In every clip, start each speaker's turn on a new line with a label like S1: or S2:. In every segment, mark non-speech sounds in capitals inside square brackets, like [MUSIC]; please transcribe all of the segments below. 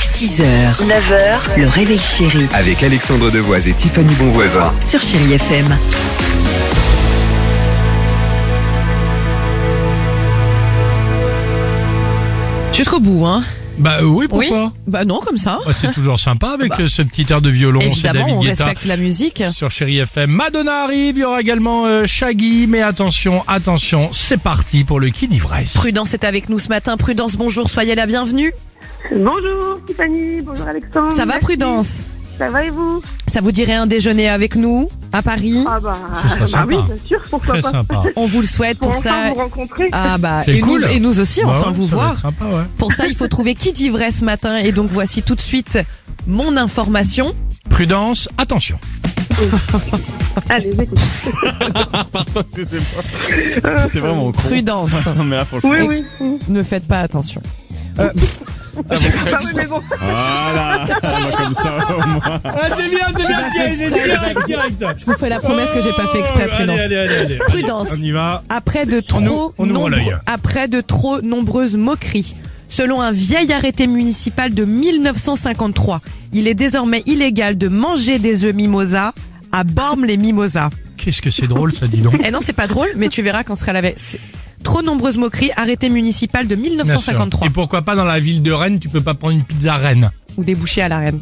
S1: 6h, 9h, le réveil chéri
S2: Avec Alexandre Devoise et Tiffany Bonvoisin.
S1: sur Chéri FM.
S3: Jusqu'au bout, hein
S4: Bah euh, oui,
S3: Oui.
S4: pourquoi
S3: Bah non, comme ça.
S4: Bah, C'est toujours sympa avec euh, ce petit air de violon. C'est
S3: Évidemment,
S4: David
S3: on
S4: Guetta
S3: respecte la musique.
S4: sur Chéri FM. Madonna arrive, il y aura également euh, Shaggy. Mais attention, attention, c'est parti pour le Kid Ivresse.
S3: Prudence est avec nous ce matin. Prudence, bonjour, soyez la bienvenue.
S5: Bonjour Tiffany, bonjour Alexandre.
S3: Ça va, Prudence
S5: Ça va et vous
S3: Ça vous dirait un déjeuner avec nous à Paris
S5: Ah bah,
S4: Ce sera
S5: bah
S4: sympa.
S5: oui, bien sûr, pourquoi
S4: Très
S5: pas
S4: [LAUGHS] sympa.
S3: On vous le souhaite
S5: Pour
S3: pour
S5: enfin
S3: ça.
S5: vous rencontrer.
S3: Ah bah,
S4: C'est
S3: et,
S4: cool.
S3: nous, et nous aussi,
S4: Bah
S3: enfin
S4: ouais,
S3: vous
S4: ça va
S3: voir.
S4: être Sympa, ouais.
S3: Pour ça, il faut trouver qui dit vrai ce matin. Et donc voici tout de suite mon information.
S4: Prudence, attention.
S5: Allez, j'écoute.
S6: C'était vraiment con.
S3: Prudence,
S6: Non, mais là, franchement.
S5: Oui, oui. oui.
S3: ne faites pas attention. Euh,
S4: Ah,
S5: Bah oui, mais bon.
S6: Voilà. Moi, comme ça, au moins.
S4: Ah, t'es bien, t'es bien,
S3: J'ai pas
S4: tiens,
S3: fait
S4: il est
S3: exprès,
S4: direct, direct.
S3: Je vous fais la promesse que j'ai pas fait exprès,
S4: Oh, allez,
S3: Prudence.
S4: allez, allez, allez.
S3: Prudence.
S4: On y va.
S3: après de trop,
S4: nous- on ouvre
S3: nombre-
S4: l'œil.
S3: après de trop nombreuses moqueries. Selon un vieil arrêté municipal de 1953, il est désormais illégal de manger des œufs mimosa à Bormes-les-Mimosas.
S4: Qu'est-ce que c'est drôle, ça,
S3: [LAUGHS]
S4: dis donc.
S3: Eh non, c'est pas drôle, mais tu verras quand sera la veille. C'est- Trop nombreuses moqueries, arrêté municipal de
S4: Bien sûr.
S3: 1953.
S4: Et pourquoi pas dans la ville de Rennes, tu peux pas prendre une pizza à Rennes.
S3: Ou débouché à la reine.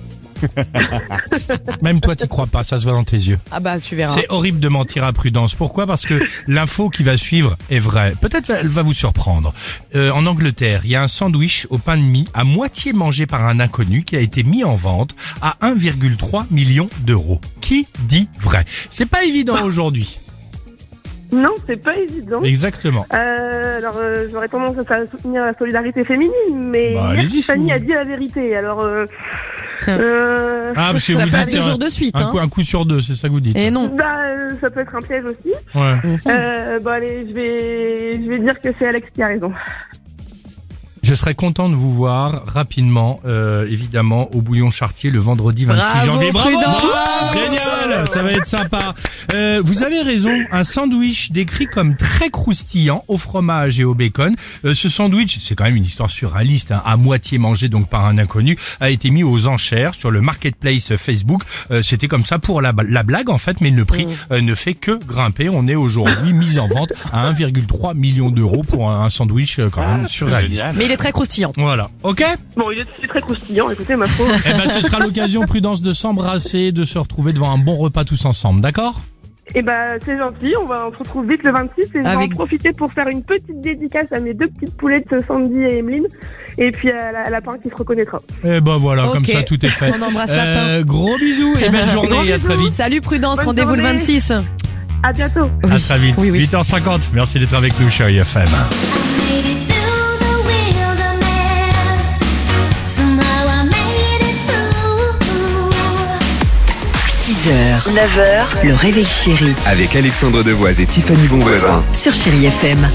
S4: Même toi, t'y crois pas, ça se voit dans tes yeux.
S3: Ah bah, tu verras.
S4: C'est horrible de mentir à prudence. Pourquoi Parce
S3: [LAUGHS]
S4: que l'info qui va suivre est vraie. Peut-être elle va vous surprendre. Euh, en Angleterre, il y a un sandwich au pain de mie à moitié mangé par un inconnu qui a été mis en vente à 1,3 million d'euros. Qui dit vrai C'est pas évident
S3: Bah.
S4: aujourd'hui.
S5: Non, c'est pas évident.
S4: Exactement.
S5: Euh, alors, euh, j'aurais tendance à faire soutenir la solidarité féminine, mais
S4: Bah,
S5: hier,
S4: allez-y, si
S5: Tiffany
S4: vous-
S5: a dit la vérité. Alors, euh,
S3: Tiens.
S5: euh,
S4: Ah, parce que
S3: Ça
S4: vous
S3: peut
S4: dites,
S3: être deux
S4: euh,
S3: jours de suite,
S4: un
S3: hein.
S4: coup, un coup sur deux, c'est ça que vous dites.
S3: Et non.
S5: bah, euh, ça peut être un piège aussi.
S4: Ouais.
S3: Ah.
S5: Euh, bon, allez, je vais, je vais dire que c'est Alex qui a raison.
S4: Je serais content de vous voir rapidement, euh, évidemment, au Bouillon Chartier le vendredi 26
S3: Bravo,
S4: janvier.
S3: Prudence
S4: Génial Ça va être sympa. Euh, vous avez raison, un sandwich décrit comme très croustillant au fromage et au bacon. Euh, ce sandwich, c'est quand même une histoire surréaliste, hein, à moitié mangé donc par un inconnu, a été mis aux enchères sur le marketplace Facebook. Euh, C'était comme ça pour la, la blague en fait, mais le
S3: Mm.
S4: prix euh, ne fait que grimper. On est aujourd'hui mis en vente à 1,3 million d'euros pour un, un sandwich euh, quand
S3: Ah,
S4: même surréaliste.
S6: Génial.
S3: Mais il est très croustillant.
S4: Voilà. Ok
S5: Bon, il est c'est très croustillant, écoutez, ma foi.
S4: Eh ben, ce sera l'occasion, Prudence, de s'embrasser, de se retrouver devant un bon repas tous ensemble, d'accord
S5: Eh ben, c'est gentil, on va on se retrouve vite le 26 et je vais en
S3: Avec-
S5: profiter pour faire une petite dédicace à mes deux petites poulettes Sandy et Emeline et puis à la à lapin qui se reconnaîtra.
S4: Eh ben voilà,
S3: Ok.
S4: comme ça, tout est fait.
S3: On embrasse Lapin.
S4: Euh, gros bisous
S3: [LAUGHS]
S4: et belle journée, et à très vite.
S3: Salut Prudence,
S5: Bonne
S3: rendez-vous le
S5: journée.
S3: 26.
S5: À bientôt.
S4: À très vite.
S3: Oui, oui.
S4: 8h50. Merci d'être avec nous, chérie FM.
S7: Made it through the wilderness. Somehow I made it through.
S1: 6h, 9h, le réveil chéri
S2: Avec Alexandre Devoise et Tiffany Bonvoisin.
S1: sur Chéri FM.